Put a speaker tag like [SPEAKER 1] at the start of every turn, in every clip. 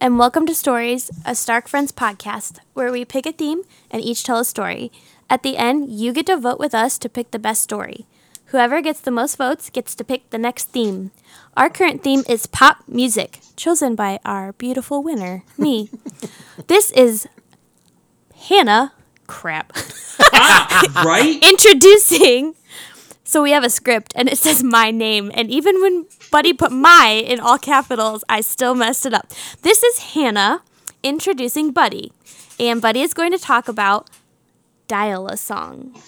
[SPEAKER 1] and welcome to Stories, a Stark Friends podcast, where we pick a theme and each tell a story. At the end, you get to vote with us to pick the best story. Whoever gets the most votes gets to pick the next theme. Our current theme is pop music, chosen by our beautiful winner, me. this is Hannah. Crap.
[SPEAKER 2] right?
[SPEAKER 1] introducing. So we have a script and it says my name. And even when Buddy put my in all capitals, I still messed it up. This is Hannah introducing Buddy. And Buddy is going to talk about Dial a Song.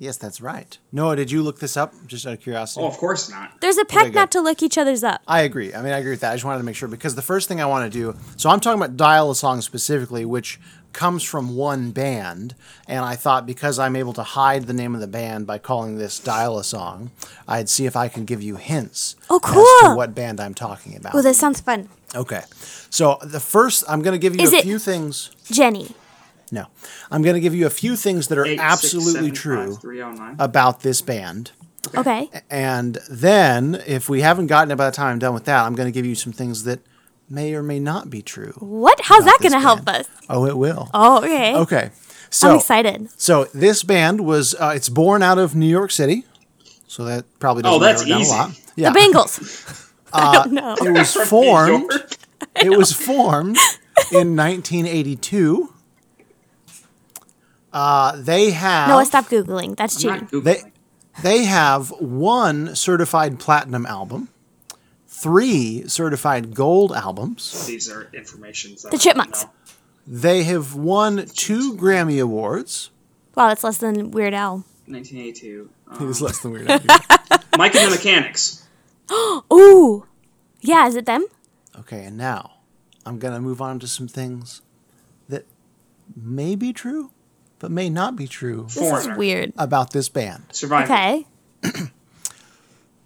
[SPEAKER 3] Yes, that's right. Noah, did you look this up just out of curiosity?
[SPEAKER 2] Oh, of course not.
[SPEAKER 1] There's a
[SPEAKER 3] Okay,
[SPEAKER 1] pact
[SPEAKER 3] good.
[SPEAKER 1] not to look each other's up.
[SPEAKER 3] I agree. I mean, I agree with that. I just wanted to make sure because the first thing I want to do. So I'm talking about Dial a Song specifically, which comes from one band. And I thought because I'm able to hide the name of the band by calling this Dial a Song, I'd see if I can give you hints
[SPEAKER 1] Oh,
[SPEAKER 3] as
[SPEAKER 1] cool.
[SPEAKER 3] to what band I'm talking about.
[SPEAKER 1] Oh, that sounds fun.
[SPEAKER 3] okay. So the first, I'm going to give you
[SPEAKER 1] Is
[SPEAKER 3] a
[SPEAKER 1] it-
[SPEAKER 3] few things.
[SPEAKER 1] Jenny.
[SPEAKER 3] No, I'm going to give you a few things that are
[SPEAKER 2] Eight, six,
[SPEAKER 3] absolutely
[SPEAKER 2] seven,
[SPEAKER 3] true
[SPEAKER 2] five, three, oh, nine.
[SPEAKER 3] about this band.
[SPEAKER 1] Okay.
[SPEAKER 3] Eh, And then, if we haven't gotten it by the time I'm done with that, I'm going to give you some things that may or may not be true.
[SPEAKER 1] What? How's that
[SPEAKER 3] about
[SPEAKER 1] going to
[SPEAKER 3] this
[SPEAKER 1] help
[SPEAKER 3] band.
[SPEAKER 1] us?
[SPEAKER 3] Oh, it will.
[SPEAKER 1] Oh, okay.
[SPEAKER 3] Okay. So,
[SPEAKER 1] I'm excited.
[SPEAKER 3] So this band was uh, it's born out of New York City, so that probably doesn't
[SPEAKER 2] Oh, that's
[SPEAKER 3] narrow down
[SPEAKER 2] easy.
[SPEAKER 3] a lot. Yeah, Uh,
[SPEAKER 1] The Bengals. I don't know.
[SPEAKER 3] it was formed. It was formed in 1982. Uh, they have
[SPEAKER 1] Noah, stop Googling. That's
[SPEAKER 2] I'm
[SPEAKER 1] Judy.
[SPEAKER 2] not Googling.
[SPEAKER 3] They they have one certified platinum album, three certified gold albums.
[SPEAKER 2] These are informations.
[SPEAKER 1] The Chipmunks.
[SPEAKER 3] They have won two Grammy awards.
[SPEAKER 1] Wow, that's less than Weird Al.
[SPEAKER 2] 1982. Um,
[SPEAKER 3] It was less than weird.
[SPEAKER 2] Mike and the Mechanics.
[SPEAKER 1] Ooh. Yeah, is it them?
[SPEAKER 3] okay, and now I'm gonna move on to some things that may be true, but may not be true
[SPEAKER 1] This is
[SPEAKER 2] Foreigner.
[SPEAKER 1] weird.
[SPEAKER 3] about this band.
[SPEAKER 2] Survivor.
[SPEAKER 1] Okay.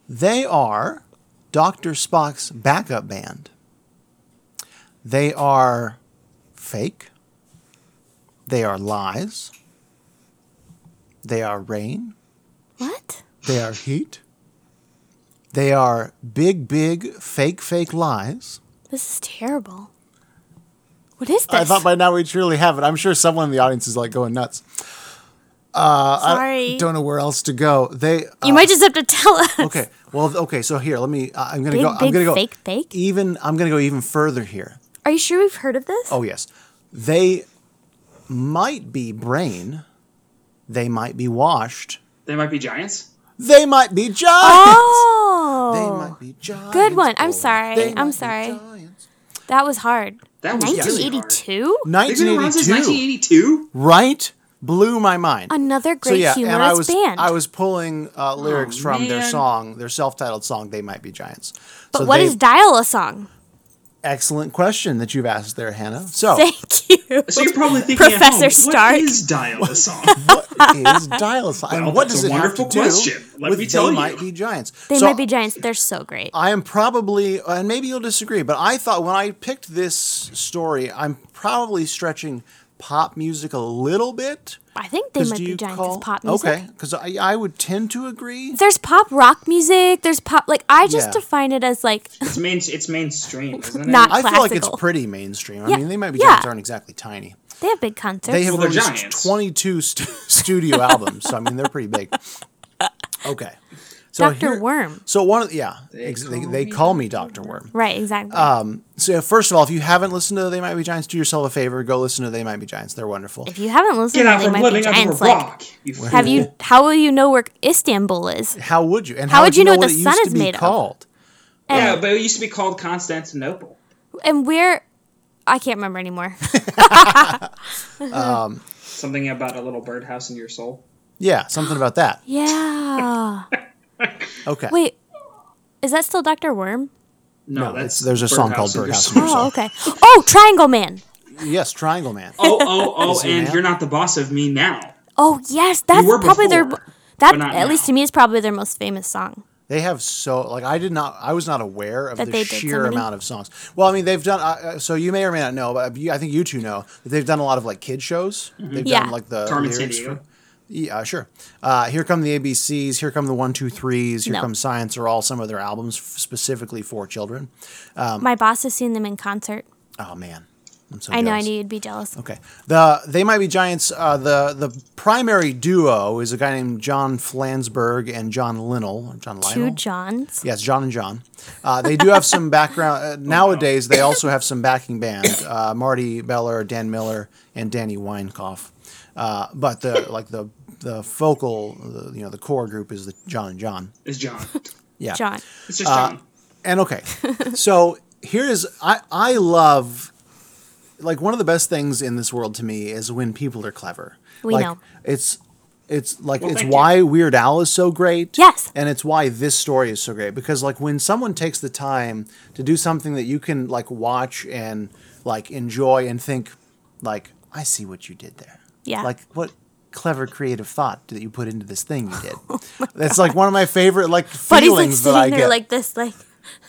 [SPEAKER 3] They are Dr. Spock's backup band. They are fake. They are lies. They are rain.
[SPEAKER 1] What?
[SPEAKER 3] They are heat. They are big, big, fake, fake lies.
[SPEAKER 1] This is terrible. What is this?
[SPEAKER 3] I thought by now we truly have it. I'm sure someone in the audience is like going nuts.
[SPEAKER 1] Sorry.
[SPEAKER 3] Don't know where else to go. They uh,
[SPEAKER 1] you might just have to tell us.
[SPEAKER 3] okay. Well, okay. So here, let me. I- I'm gonna
[SPEAKER 1] Big,
[SPEAKER 3] go. I'm
[SPEAKER 1] big,
[SPEAKER 3] gonna go
[SPEAKER 1] fake, fake?
[SPEAKER 3] Even I'm gonna go even further here.
[SPEAKER 1] Are you sure we've heard of this?
[SPEAKER 3] Oh yes, they might be brain. They might be washed.
[SPEAKER 2] They might be giants.
[SPEAKER 3] They might be giants.
[SPEAKER 1] Oh.
[SPEAKER 3] They might be giants.
[SPEAKER 1] Good one. I'm
[SPEAKER 3] Or
[SPEAKER 1] sorry.
[SPEAKER 3] they
[SPEAKER 1] I'm
[SPEAKER 3] might be
[SPEAKER 1] sorry.
[SPEAKER 3] giants.
[SPEAKER 1] that was hard.
[SPEAKER 2] That was really hard.
[SPEAKER 1] 1982?
[SPEAKER 2] They've been around since 1982.
[SPEAKER 3] 1982. Right? Blew my mind.
[SPEAKER 1] Another
[SPEAKER 3] so
[SPEAKER 1] great
[SPEAKER 3] yeah,
[SPEAKER 1] humorous
[SPEAKER 3] and I was
[SPEAKER 1] band.
[SPEAKER 3] I was pulling uh, lyrics from their
[SPEAKER 2] Oh, man.
[SPEAKER 3] song, their self-titled song, "They Might Be Giants."
[SPEAKER 1] but
[SPEAKER 3] so
[SPEAKER 1] what
[SPEAKER 3] they-
[SPEAKER 1] is Dial a Song?
[SPEAKER 3] excellent question that you've asked there, Hannah? So
[SPEAKER 1] Thank you.
[SPEAKER 2] So you're probably thinking, at
[SPEAKER 1] Professor
[SPEAKER 2] home,
[SPEAKER 1] Stark.
[SPEAKER 2] What is Dial a song?
[SPEAKER 3] what is dial sign?
[SPEAKER 2] Well,
[SPEAKER 3] and what
[SPEAKER 2] that's
[SPEAKER 3] does
[SPEAKER 2] a
[SPEAKER 3] it have to
[SPEAKER 2] wonderful
[SPEAKER 3] do
[SPEAKER 2] question. Let
[SPEAKER 3] with
[SPEAKER 2] me tell
[SPEAKER 3] they
[SPEAKER 2] you.
[SPEAKER 3] might be giants?
[SPEAKER 1] They
[SPEAKER 3] So Uh,
[SPEAKER 1] might be giants. They're so great.
[SPEAKER 3] I am probably, and maybe you'll disagree, but I thought when I picked this story, I'm probably stretching pop music a little bit.
[SPEAKER 1] I think They
[SPEAKER 3] 'Cause
[SPEAKER 1] Might
[SPEAKER 3] do
[SPEAKER 1] Be
[SPEAKER 3] you
[SPEAKER 1] Giants
[SPEAKER 3] call-
[SPEAKER 1] is pop music.
[SPEAKER 3] Okay, because I, I would tend to agree.
[SPEAKER 1] There's pop rock music. There's pop. Like, I just
[SPEAKER 3] Yeah.
[SPEAKER 1] define it as like.
[SPEAKER 2] It's main. It's mainstream, isn't it?
[SPEAKER 1] Not-
[SPEAKER 3] I feel like it's
[SPEAKER 1] classical.
[SPEAKER 3] pretty mainstream.
[SPEAKER 1] Yeah,
[SPEAKER 3] I mean, they might be
[SPEAKER 1] yeah.
[SPEAKER 3] giants aren't exactly tiny.
[SPEAKER 1] They have big concerts.
[SPEAKER 3] They have
[SPEAKER 2] they're
[SPEAKER 3] released
[SPEAKER 2] giants.
[SPEAKER 3] 22 st- studio albums, so I mean they're pretty big. Okay, so
[SPEAKER 1] Dr. Worm.
[SPEAKER 3] So one of the- yeah, ex- they, they call me Dr. Worm.
[SPEAKER 1] right, exactly.
[SPEAKER 3] Uh, So first of all, if you haven't listened to They Might Be Giants, do yourself a favor, go listen to They Might Be Giants. They're wonderful.
[SPEAKER 1] if you haven't listened
[SPEAKER 2] Get
[SPEAKER 1] to
[SPEAKER 2] off
[SPEAKER 1] They
[SPEAKER 2] and
[SPEAKER 1] Might Be
[SPEAKER 2] living under a
[SPEAKER 1] Giants, like.
[SPEAKER 2] rock. You
[SPEAKER 1] Have you? How will you know where Istanbul is?
[SPEAKER 3] How would you? And
[SPEAKER 1] How would you know what
[SPEAKER 3] what
[SPEAKER 1] the
[SPEAKER 3] it
[SPEAKER 1] sun
[SPEAKER 3] used
[SPEAKER 1] is
[SPEAKER 3] to be
[SPEAKER 1] made of?
[SPEAKER 3] called?
[SPEAKER 2] Yeah, but it used to be called Constantinople.
[SPEAKER 1] And where? I can't remember anymore.
[SPEAKER 2] Something about a little birdhouse in your soul.
[SPEAKER 3] Yeah, something about that.
[SPEAKER 1] yeah.
[SPEAKER 3] Okay.
[SPEAKER 1] Wait. Is that still Doctor Worm?
[SPEAKER 2] No,
[SPEAKER 3] No,
[SPEAKER 2] that's
[SPEAKER 3] it's- there's a song called
[SPEAKER 2] in Your
[SPEAKER 3] Birdhouse in
[SPEAKER 2] Soul.
[SPEAKER 3] Your Soul.
[SPEAKER 1] Oh, okay. Oh, Triangle Man.
[SPEAKER 3] Yes, Triangle Man.
[SPEAKER 2] oh, oh, oh,
[SPEAKER 3] he
[SPEAKER 2] and
[SPEAKER 3] now?
[SPEAKER 2] you're not the boss of me now.
[SPEAKER 1] Oh yes, that's
[SPEAKER 2] were
[SPEAKER 1] probably their.
[SPEAKER 2] before,
[SPEAKER 1] That
[SPEAKER 2] but not
[SPEAKER 1] at least
[SPEAKER 2] now.
[SPEAKER 1] to me is probably their most famous song.
[SPEAKER 3] They have so like I did not I was not aware of
[SPEAKER 1] That they
[SPEAKER 3] the
[SPEAKER 1] did so
[SPEAKER 3] sheer
[SPEAKER 1] many?
[SPEAKER 3] amount of songs. Well, I mean they've done uh, uh, so you may or may not know, but you, I think you two know that they've done a lot of like kid shows. They've
[SPEAKER 1] Yeah.
[SPEAKER 3] done like the
[SPEAKER 2] Mm-hmm. Carmen
[SPEAKER 3] lyrics
[SPEAKER 2] Sandiego.
[SPEAKER 3] for- yeah, sure. Uh, here come the ABCs. Here come the one two threes. Here
[SPEAKER 1] No.
[SPEAKER 3] come science. Are all some of their albums f- specifically for children.
[SPEAKER 1] My boss has seen them in concert.
[SPEAKER 3] Oh man, Um, I'm so
[SPEAKER 1] I know. I
[SPEAKER 3] jealous.
[SPEAKER 1] knew you'd be jealous.
[SPEAKER 3] Okay. The They Might Be Giants, uh, the the primary duo is a guy named John Flansburgh and John Linnell. John
[SPEAKER 1] Two
[SPEAKER 3] Lionel?
[SPEAKER 1] Johns.
[SPEAKER 3] Yes, John and John. Uh, they do have some background. Uh, nowadays, they also have some backing band uh, Marty Beller, Dan Miller, and Danny Weinkoff. Uh, but the like the the focal, the, you know, the core group is the John and John.
[SPEAKER 2] Is John?
[SPEAKER 3] Yeah.
[SPEAKER 1] John.
[SPEAKER 2] It's just
[SPEAKER 3] Uh,
[SPEAKER 2] John.
[SPEAKER 3] And okay, so here is I I love like one of the best things in this world to me is when people are clever.
[SPEAKER 1] We
[SPEAKER 3] like,
[SPEAKER 1] know.
[SPEAKER 3] it's it's like it's
[SPEAKER 2] thank you.
[SPEAKER 3] why Weird Al is so great.
[SPEAKER 1] Yes.
[SPEAKER 3] and it's why this story is so great because like when someone takes the time to do something that you can like watch and like enjoy and think like I see what you did there.
[SPEAKER 1] Yeah.
[SPEAKER 3] like what clever creative thought that you put into this thing you did. That's like one of my favorite like
[SPEAKER 1] Oh But he's
[SPEAKER 3] feelings
[SPEAKER 1] like
[SPEAKER 3] that I
[SPEAKER 1] sitting there
[SPEAKER 3] get.
[SPEAKER 1] like this, like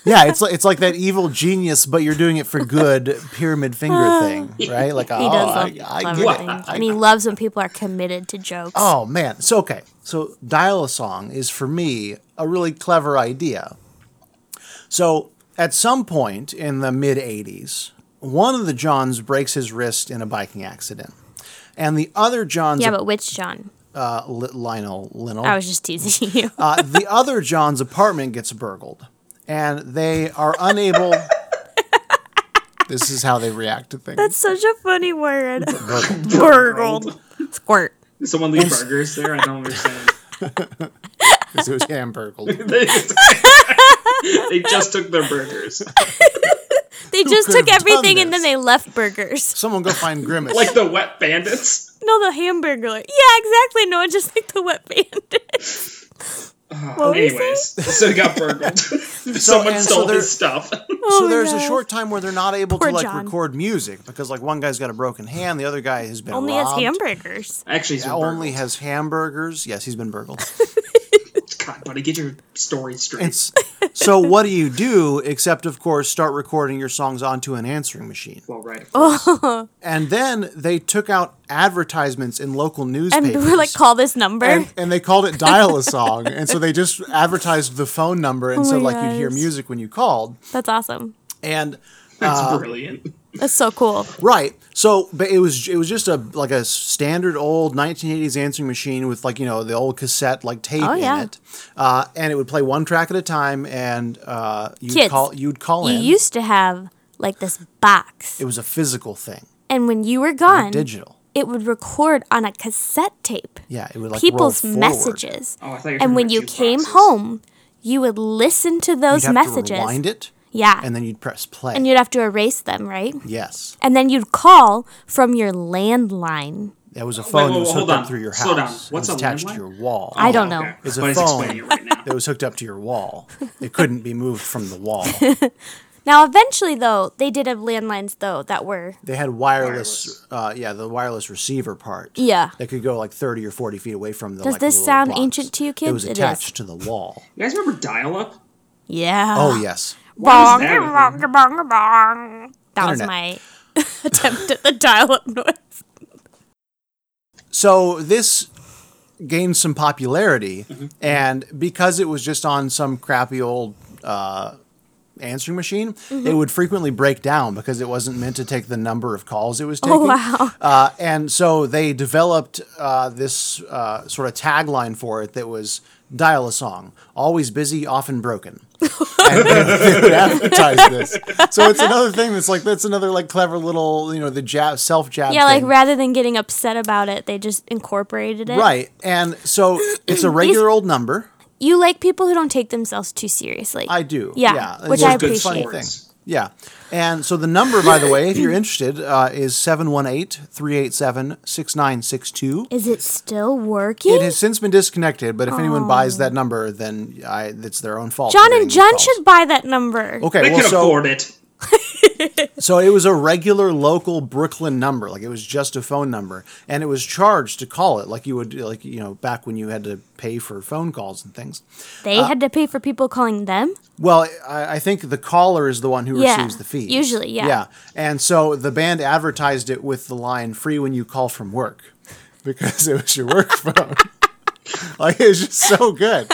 [SPEAKER 3] Yeah, it's like it's like that evil genius, but you're doing it for good pyramid finger thing, right? Like
[SPEAKER 1] Uh, he
[SPEAKER 3] oh,
[SPEAKER 1] does
[SPEAKER 3] I,
[SPEAKER 1] love
[SPEAKER 3] I
[SPEAKER 1] clever
[SPEAKER 3] get it.
[SPEAKER 1] things, and he loves when people are committed to jokes.
[SPEAKER 3] Oh man, so okay, so dial a song is for me a really clever idea. So at some point in the mid '80s, one of the Johns breaks his wrist in a biking accident, and the other John's
[SPEAKER 1] yeah, but Oh, which John?
[SPEAKER 3] uh, Li- Lionel Linnell.
[SPEAKER 1] I was just teasing you.
[SPEAKER 3] uh, the other John's apartment gets burgled, and they are unable. this is how they react to things.
[SPEAKER 1] That's such a funny word. Burgled. Squirt.
[SPEAKER 2] Did someone leave burgers there? I don't understand.
[SPEAKER 3] 'Cause it was hamburgled.
[SPEAKER 2] they, they just took their burgers.
[SPEAKER 1] They just
[SPEAKER 3] could
[SPEAKER 1] took
[SPEAKER 3] have done
[SPEAKER 1] everything and
[SPEAKER 3] this?
[SPEAKER 1] then they left burgers.
[SPEAKER 3] Someone go find Grimace.
[SPEAKER 2] Like the wet bandits.
[SPEAKER 1] No, the hamburger. Yeah, exactly. No, just like the wet bandit. What were you saying?
[SPEAKER 2] Uh, Anyways, so he got burgled. Someone
[SPEAKER 3] and so
[SPEAKER 2] stole
[SPEAKER 3] they're-
[SPEAKER 2] his stuff.
[SPEAKER 1] my
[SPEAKER 3] so there's
[SPEAKER 1] gosh.
[SPEAKER 3] a short time where they're not able
[SPEAKER 1] oh, Poor
[SPEAKER 3] to like
[SPEAKER 1] John.
[SPEAKER 3] record music because like one guy's got a broken hand, the other guy has been
[SPEAKER 1] Only
[SPEAKER 3] robbed.
[SPEAKER 1] has hamburgers.
[SPEAKER 2] Actually, he's been
[SPEAKER 3] Only
[SPEAKER 2] burgled.
[SPEAKER 3] has hamburgers. Yes, he's been burgled.
[SPEAKER 2] God, buddy, get your story straight.
[SPEAKER 3] It's, so what do you do except, of course, start recording your songs onto an answering machine?
[SPEAKER 2] well, right. Oh,
[SPEAKER 3] And then they took out advertisements in local
[SPEAKER 1] And
[SPEAKER 3] newspapers.
[SPEAKER 1] we were like, call this number.
[SPEAKER 3] and, and they called it dial a song and so they just advertised the phone number and so
[SPEAKER 1] Oh my
[SPEAKER 3] like you'd hear
[SPEAKER 1] gosh.
[SPEAKER 3] music when you called
[SPEAKER 1] That's awesome.
[SPEAKER 3] and
[SPEAKER 2] that's
[SPEAKER 3] Uh,
[SPEAKER 2] brilliant.
[SPEAKER 1] That's so cool.
[SPEAKER 3] right so but it was it was just a like a standard old 1980s answering machine with like you know the old cassette like tape
[SPEAKER 1] Oh, yeah.
[SPEAKER 3] in it uh, and it would play one track at a time and uh, you'd
[SPEAKER 1] Kids,
[SPEAKER 3] call you'd call
[SPEAKER 1] You
[SPEAKER 3] in
[SPEAKER 1] used to have like this box.
[SPEAKER 3] it was a physical thing
[SPEAKER 1] and when you were gone,
[SPEAKER 3] digital
[SPEAKER 1] it would record on a cassette tape
[SPEAKER 3] yeah it would like roll
[SPEAKER 1] people's
[SPEAKER 3] forward.
[SPEAKER 1] messages.
[SPEAKER 2] Oh, I thought you were talking
[SPEAKER 1] and when
[SPEAKER 2] about
[SPEAKER 1] you
[SPEAKER 2] jukeboxes.
[SPEAKER 1] came home, you would listen to those
[SPEAKER 3] you'd have
[SPEAKER 1] messages.
[SPEAKER 3] to rewind it
[SPEAKER 1] yeah.
[SPEAKER 3] and then you'd press play
[SPEAKER 1] and you'd have to erase them, right?
[SPEAKER 3] yes
[SPEAKER 1] And then you'd call from your landline.
[SPEAKER 3] that was a phone
[SPEAKER 2] whoa,
[SPEAKER 3] that was
[SPEAKER 2] hold
[SPEAKER 3] hooked up
[SPEAKER 2] on.
[SPEAKER 3] through your house
[SPEAKER 2] Slow down.
[SPEAKER 3] It
[SPEAKER 2] What's
[SPEAKER 3] was
[SPEAKER 2] a
[SPEAKER 3] attached to
[SPEAKER 2] landline?
[SPEAKER 3] your wall
[SPEAKER 2] Oh,
[SPEAKER 1] I don't know.
[SPEAKER 3] It's a
[SPEAKER 2] Buddy's
[SPEAKER 3] phone.
[SPEAKER 2] explaining it right now.
[SPEAKER 3] that was hooked up to your wall. It couldn't be moved from the wall.
[SPEAKER 1] Now, eventually, though, they did have landlines, though, that were.
[SPEAKER 3] They had wireless, Uh, yeah, the wireless receiver part.
[SPEAKER 1] Yeah.
[SPEAKER 3] That could go like 30 or 40 feet away from the
[SPEAKER 1] Does
[SPEAKER 3] like,
[SPEAKER 1] this
[SPEAKER 3] little
[SPEAKER 1] sound
[SPEAKER 3] box.
[SPEAKER 1] ancient to you,
[SPEAKER 3] It
[SPEAKER 1] kids?
[SPEAKER 3] was
[SPEAKER 1] It is.
[SPEAKER 3] attached to the wall.
[SPEAKER 2] You guys remember dial-up?
[SPEAKER 1] Yeah.
[SPEAKER 3] Oh, yes.
[SPEAKER 2] What
[SPEAKER 1] Bong,
[SPEAKER 2] is that with
[SPEAKER 1] bong,
[SPEAKER 2] them?
[SPEAKER 1] bong, bong. That was
[SPEAKER 3] Internet.
[SPEAKER 1] my attempt at the dial up noise.
[SPEAKER 3] So this gained some popularity,
[SPEAKER 1] Mm-hmm.
[SPEAKER 3] and because it was just on some crappy old uh, answering machine,
[SPEAKER 1] Mm-hmm.
[SPEAKER 3] it would frequently break down because it wasn't meant to take the number of calls it was taking.
[SPEAKER 1] Oh, wow.
[SPEAKER 3] Uh, and so they developed uh, this uh, sort of tagline for it that was dial a song, always busy, often broken. and they would advertise this. So it's another thing that's like that's another like clever little you know the jab self jab.
[SPEAKER 1] Yeah, like
[SPEAKER 3] thing.
[SPEAKER 1] rather than getting upset about it, they just incorporated it.
[SPEAKER 3] Right. And so it's a regular old number.
[SPEAKER 1] You like people who don't take themselves too seriously.
[SPEAKER 3] I do.
[SPEAKER 1] Yeah,
[SPEAKER 3] it's
[SPEAKER 1] which
[SPEAKER 3] just
[SPEAKER 1] I
[SPEAKER 3] a good fun
[SPEAKER 1] appreciate.
[SPEAKER 3] thing. Yeah. And so the number, by the way, if you're interested, uh, is 718 387 6962.
[SPEAKER 1] Is it still working?
[SPEAKER 3] It has since been disconnected, but if anyone buys that number, then I, it's their own fault.
[SPEAKER 1] John
[SPEAKER 3] for
[SPEAKER 1] and
[SPEAKER 3] getting
[SPEAKER 1] John
[SPEAKER 3] these calls.
[SPEAKER 1] should buy that number.
[SPEAKER 3] Okay,
[SPEAKER 2] They
[SPEAKER 3] well,
[SPEAKER 2] could
[SPEAKER 3] so,
[SPEAKER 2] afford it.
[SPEAKER 3] so it was a regular local Brooklyn number, like it was just a phone number, and it was charged to call it, like you would, like you know, back when you had to pay for phone calls and things.
[SPEAKER 1] They
[SPEAKER 3] uh,
[SPEAKER 1] had to pay for people calling them.
[SPEAKER 3] Well, I, I think the caller is the one who
[SPEAKER 1] Yeah,
[SPEAKER 3] receives the fee.
[SPEAKER 1] usually, yeah.
[SPEAKER 3] Yeah, and so the band advertised it with the line "free when you call from work," because it was your work phone. like it was just so good.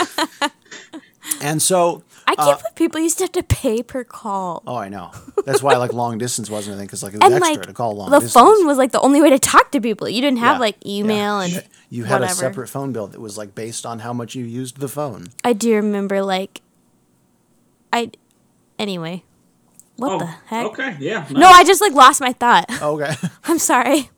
[SPEAKER 3] And so
[SPEAKER 1] I can't believe people used to have to pay per call.
[SPEAKER 3] Oh, I know. That's why like long distance wasn't a thing because like it was
[SPEAKER 1] and
[SPEAKER 3] extra
[SPEAKER 1] like
[SPEAKER 3] to call long
[SPEAKER 1] the
[SPEAKER 3] distance.
[SPEAKER 1] phone was like the only way to talk to people. You didn't have
[SPEAKER 3] Yeah.
[SPEAKER 1] like email
[SPEAKER 3] Yeah.
[SPEAKER 1] and
[SPEAKER 3] you had
[SPEAKER 1] whatever.
[SPEAKER 3] a separate phone bill that was like based on how much you used the phone.
[SPEAKER 1] I do remember like I anyway. What
[SPEAKER 2] Oh,
[SPEAKER 1] the heck?
[SPEAKER 2] okay, yeah.
[SPEAKER 1] No, I just like lost my thought.
[SPEAKER 3] Okay.
[SPEAKER 1] I'm sorry.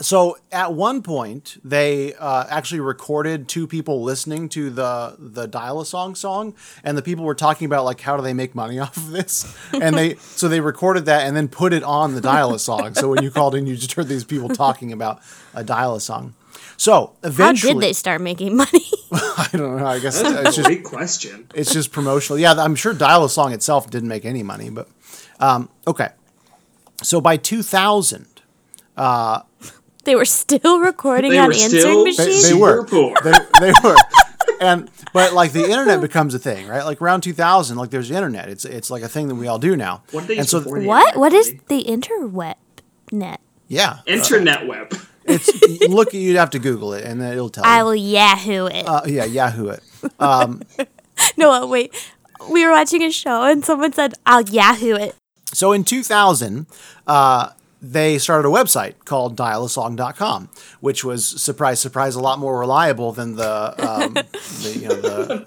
[SPEAKER 3] so at one point they uh, actually recorded two people listening to the the dial a song song and the people were talking about like how do they make money off of this and they so they recorded that and then put it on the dial a song so when you called in you just heard these people talking about a dial a song so
[SPEAKER 1] How
[SPEAKER 3] eventually
[SPEAKER 1] did they start making money?
[SPEAKER 3] i don't know i guess
[SPEAKER 2] That's
[SPEAKER 3] it's
[SPEAKER 2] a
[SPEAKER 3] just
[SPEAKER 2] big question.
[SPEAKER 3] it's just promotional. Yeah, I'm sure Dial a Song itself didn't make any money, but um, okay. So by 2000,
[SPEAKER 1] they were still recording
[SPEAKER 2] They
[SPEAKER 1] on
[SPEAKER 2] were
[SPEAKER 1] answering
[SPEAKER 2] still
[SPEAKER 3] they,
[SPEAKER 1] machines.
[SPEAKER 3] they were
[SPEAKER 2] Singapore.
[SPEAKER 3] they, they were, and but like the internet becomes a thing, right? Like around 2000, like there's the internet. It's it's like a thing that we all do now.
[SPEAKER 2] What did they
[SPEAKER 3] and
[SPEAKER 2] use
[SPEAKER 3] so
[SPEAKER 2] before the
[SPEAKER 1] what?
[SPEAKER 2] internet,
[SPEAKER 1] What is
[SPEAKER 2] really?
[SPEAKER 1] the interweb net?
[SPEAKER 3] yeah,
[SPEAKER 2] internet
[SPEAKER 3] Uh,
[SPEAKER 2] web?
[SPEAKER 3] it's look. You'd have to Google it, and then it'll tell
[SPEAKER 1] I
[SPEAKER 3] you.
[SPEAKER 1] will Yahoo it.
[SPEAKER 3] Uh, yeah, Yahoo it.
[SPEAKER 1] no, wait. We were watching a show and someone said, "I'll Yahoo it."
[SPEAKER 3] So in 2000, uh, they started a website called dialasong.com, which was surprise, surprise, a lot more reliable than the, um, the you know, the,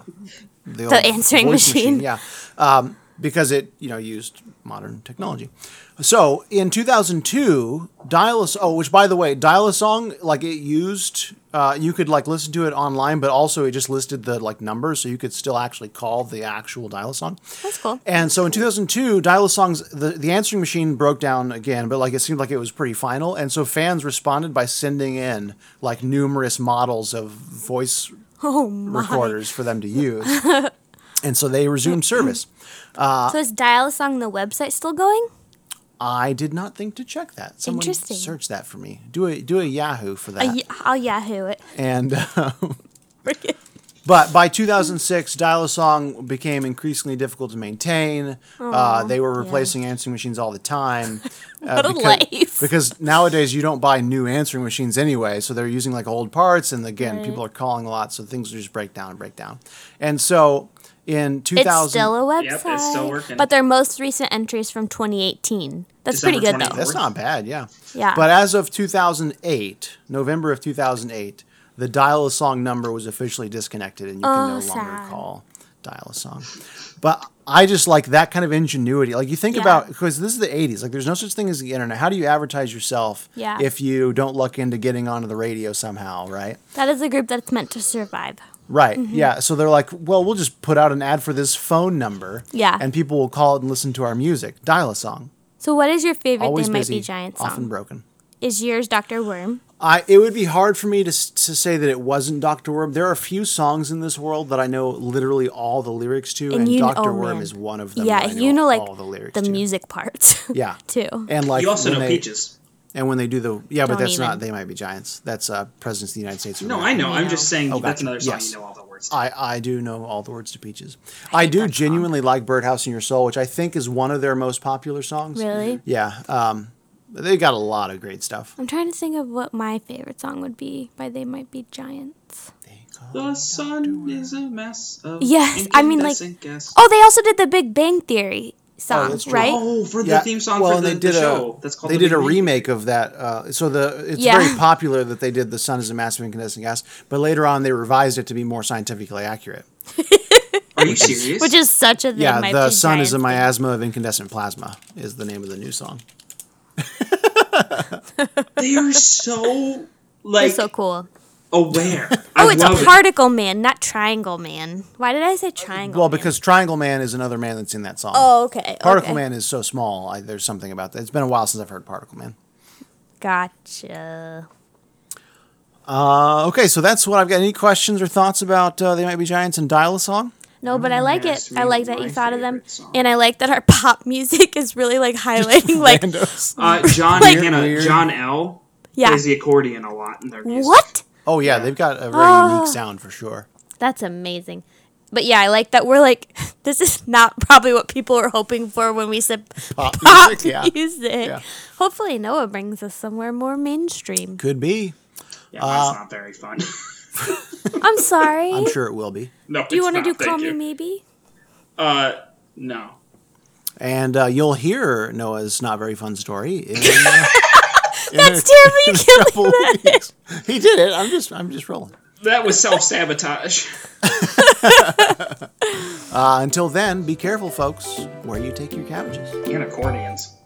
[SPEAKER 3] the, old voice
[SPEAKER 1] machine.
[SPEAKER 3] Yeah, um, because it you know used modern technology. So in 2002, dial a S- oh, which by the way, dial a song like it used. Uh, you could like listen to it online, but also it just listed the like numbers, so you could still actually call the actual dial a song.
[SPEAKER 1] That's cool.
[SPEAKER 3] And so in 2002, Dial a Song's the, the answering machine broke down again, but like it seemed like it was pretty final. And so fans responded by sending in like numerous models of voice
[SPEAKER 1] Oh my!
[SPEAKER 3] recorders for them to use. and so they resumed service.
[SPEAKER 1] so is Dial a Song the website still going?
[SPEAKER 3] I did not think to check that. Someone
[SPEAKER 1] Interesting.
[SPEAKER 3] search that for me. Do a do a Yahoo for that.
[SPEAKER 1] i I'll Yahoo it.
[SPEAKER 3] and uh, But by 2006, dial a song became increasingly difficult to maintain. uh, they were replacing answering machines all the time. Uh,
[SPEAKER 1] What a
[SPEAKER 3] because,
[SPEAKER 1] life.
[SPEAKER 3] because nowadays you don't buy new answering machines anyway, so they're using like old parts, and again, people are calling a lot, so things just break down and break down. And so in 2000,
[SPEAKER 1] It's still a website.
[SPEAKER 2] Yep, it's still working.
[SPEAKER 1] But their most recent entries from 2018. That's pretty
[SPEAKER 2] December
[SPEAKER 1] good though.
[SPEAKER 3] that's not bad, yeah.
[SPEAKER 1] Yeah.
[SPEAKER 3] But as of 2008, November of 2008, the dial a song number was officially disconnected, and you can no
[SPEAKER 1] Oh,
[SPEAKER 3] longer
[SPEAKER 1] sad.
[SPEAKER 3] call dial a song. But I just like that kind of ingenuity. Like you think
[SPEAKER 1] Yeah.
[SPEAKER 3] about because this is the 80s. Like there's no such thing as the internet. How do you advertise yourself
[SPEAKER 1] Yeah.
[SPEAKER 3] if you don't luck into getting onto the radio somehow, right?
[SPEAKER 1] That is a group that's meant to survive.
[SPEAKER 3] Right.
[SPEAKER 1] Mm-hmm.
[SPEAKER 3] Yeah. So they're like, well, we'll just put out an ad for this phone number.
[SPEAKER 1] Yeah.
[SPEAKER 3] And people will call it and listen to our music. Dial a song.
[SPEAKER 1] So what is your favorite
[SPEAKER 3] Always
[SPEAKER 1] They
[SPEAKER 3] busy.
[SPEAKER 1] Might Be Giant song?
[SPEAKER 3] Often broken.
[SPEAKER 1] is yours Dr. Worm?
[SPEAKER 3] I it would be hard for me to s- to say that it wasn't Doctor Worm. There are a few songs in this world that I know literally all the lyrics to, and,
[SPEAKER 1] you kn-
[SPEAKER 3] Doctor
[SPEAKER 1] oh,
[SPEAKER 3] Worm
[SPEAKER 1] man.
[SPEAKER 3] is one of them.
[SPEAKER 1] yeah,
[SPEAKER 3] that I
[SPEAKER 1] you know like
[SPEAKER 3] all the lyrics to.
[SPEAKER 1] music parts.
[SPEAKER 3] Yeah,
[SPEAKER 1] too.
[SPEAKER 3] and like
[SPEAKER 2] You also
[SPEAKER 3] when
[SPEAKER 2] know
[SPEAKER 3] they,
[SPEAKER 2] Peaches.
[SPEAKER 3] And when they do the yeah, but
[SPEAKER 1] Don't
[SPEAKER 3] that's
[SPEAKER 1] even.
[SPEAKER 3] not. They might be giants. That's uh, presidents of the United States. of
[SPEAKER 2] No, I
[SPEAKER 3] America.
[SPEAKER 2] know. I'm just saying
[SPEAKER 3] Oh,
[SPEAKER 2] that's
[SPEAKER 3] gotcha.
[SPEAKER 2] another song
[SPEAKER 3] Yes.
[SPEAKER 2] you know all the words. To.
[SPEAKER 3] I, I do know all the words to Peaches. I, do genuinely like Birdhouse in Your Soul, which I think is one of their most popular songs.
[SPEAKER 1] Really?
[SPEAKER 3] Yeah. Um, they got a lot of great stuff.
[SPEAKER 1] I'm trying to think of what my favorite song would be by They Might Be Giants.
[SPEAKER 2] the sun is a mess of
[SPEAKER 1] Yes,
[SPEAKER 2] ink
[SPEAKER 1] I
[SPEAKER 2] and
[SPEAKER 1] mean, like-
[SPEAKER 2] dust and gas.
[SPEAKER 1] Oh, they also did the Big Bang Theory song,
[SPEAKER 3] Oh, that's true.
[SPEAKER 1] right?
[SPEAKER 2] Oh, for the theme song
[SPEAKER 3] well,
[SPEAKER 2] for
[SPEAKER 3] and
[SPEAKER 2] the,
[SPEAKER 3] they did
[SPEAKER 2] the
[SPEAKER 3] a,
[SPEAKER 2] show. That's called
[SPEAKER 3] They
[SPEAKER 2] the
[SPEAKER 3] did a
[SPEAKER 2] Big Bang.
[SPEAKER 3] remake of that. Uh, so the it's
[SPEAKER 1] Yeah.
[SPEAKER 3] very popular that they did "The Sun Is a Massive Incandescent Gas," but later on they revised it to be more scientifically accurate.
[SPEAKER 2] Are you serious?
[SPEAKER 1] Which is such a They
[SPEAKER 3] yeah,
[SPEAKER 1] Might
[SPEAKER 3] "The
[SPEAKER 1] Be
[SPEAKER 3] Sun Is a
[SPEAKER 1] Giants thing.
[SPEAKER 3] Miasma of Incandescent Plasma" is the name of the new song.
[SPEAKER 2] they are so like
[SPEAKER 1] It's so cool.
[SPEAKER 2] aware.
[SPEAKER 1] Oh,
[SPEAKER 2] I
[SPEAKER 1] it's
[SPEAKER 2] love
[SPEAKER 1] a particle man, not triangle man. Why did I say triangle?
[SPEAKER 3] Well,
[SPEAKER 1] man?
[SPEAKER 3] because Triangle Man is another man that's in that song.
[SPEAKER 1] oh, okay.
[SPEAKER 3] Particle
[SPEAKER 1] okay.
[SPEAKER 3] Man is so small. I, there's something about that. It's been a while since I've heard Particle Man.
[SPEAKER 1] Gotcha.
[SPEAKER 3] Uh, okay, so that's what I've got. Any questions or thoughts about uh, "They Might Be Giants" and "Dial a Song"?
[SPEAKER 1] No, but I like
[SPEAKER 2] Yes,
[SPEAKER 1] it. I
[SPEAKER 2] we-
[SPEAKER 1] like that
[SPEAKER 2] my
[SPEAKER 1] you thought of them,
[SPEAKER 2] favorite song.
[SPEAKER 1] and I like that our pop music is really like highlighting like
[SPEAKER 3] Randos.
[SPEAKER 2] it. Uh, John
[SPEAKER 1] Like-
[SPEAKER 2] Hannah,
[SPEAKER 3] Weird.
[SPEAKER 2] John L.
[SPEAKER 1] yeah.
[SPEAKER 2] plays the accordion a lot in their music.
[SPEAKER 1] What?
[SPEAKER 3] Oh yeah, they've got a very
[SPEAKER 1] Oh.
[SPEAKER 3] unique sound for sure.
[SPEAKER 1] That's amazing. But yeah, I like that we're like this is not probably what people were hoping for when we said pop,
[SPEAKER 3] Pop music, yeah.
[SPEAKER 1] music.
[SPEAKER 3] Yeah.
[SPEAKER 1] Hopefully, Noah brings us somewhere more mainstream.
[SPEAKER 3] Could be.
[SPEAKER 2] Yeah,
[SPEAKER 3] Uh,
[SPEAKER 2] that's not very fun.
[SPEAKER 1] I'm sorry.
[SPEAKER 3] I'm sure it will be.
[SPEAKER 2] no,
[SPEAKER 1] do you
[SPEAKER 2] want to
[SPEAKER 1] do "Call Me Maybe"?
[SPEAKER 2] Uh, no.
[SPEAKER 3] And uh, you'll hear Noah's not very fun story. In, uh, in
[SPEAKER 1] That's
[SPEAKER 3] a-
[SPEAKER 1] terrible. You
[SPEAKER 3] in a
[SPEAKER 1] can't
[SPEAKER 3] couple
[SPEAKER 1] leave that.
[SPEAKER 3] weeks. He did it. I'm just I'm just rolling.
[SPEAKER 2] That was self sabotage.
[SPEAKER 3] Uh, until then, be careful, folks, where you take your cabbages.
[SPEAKER 2] and accordions.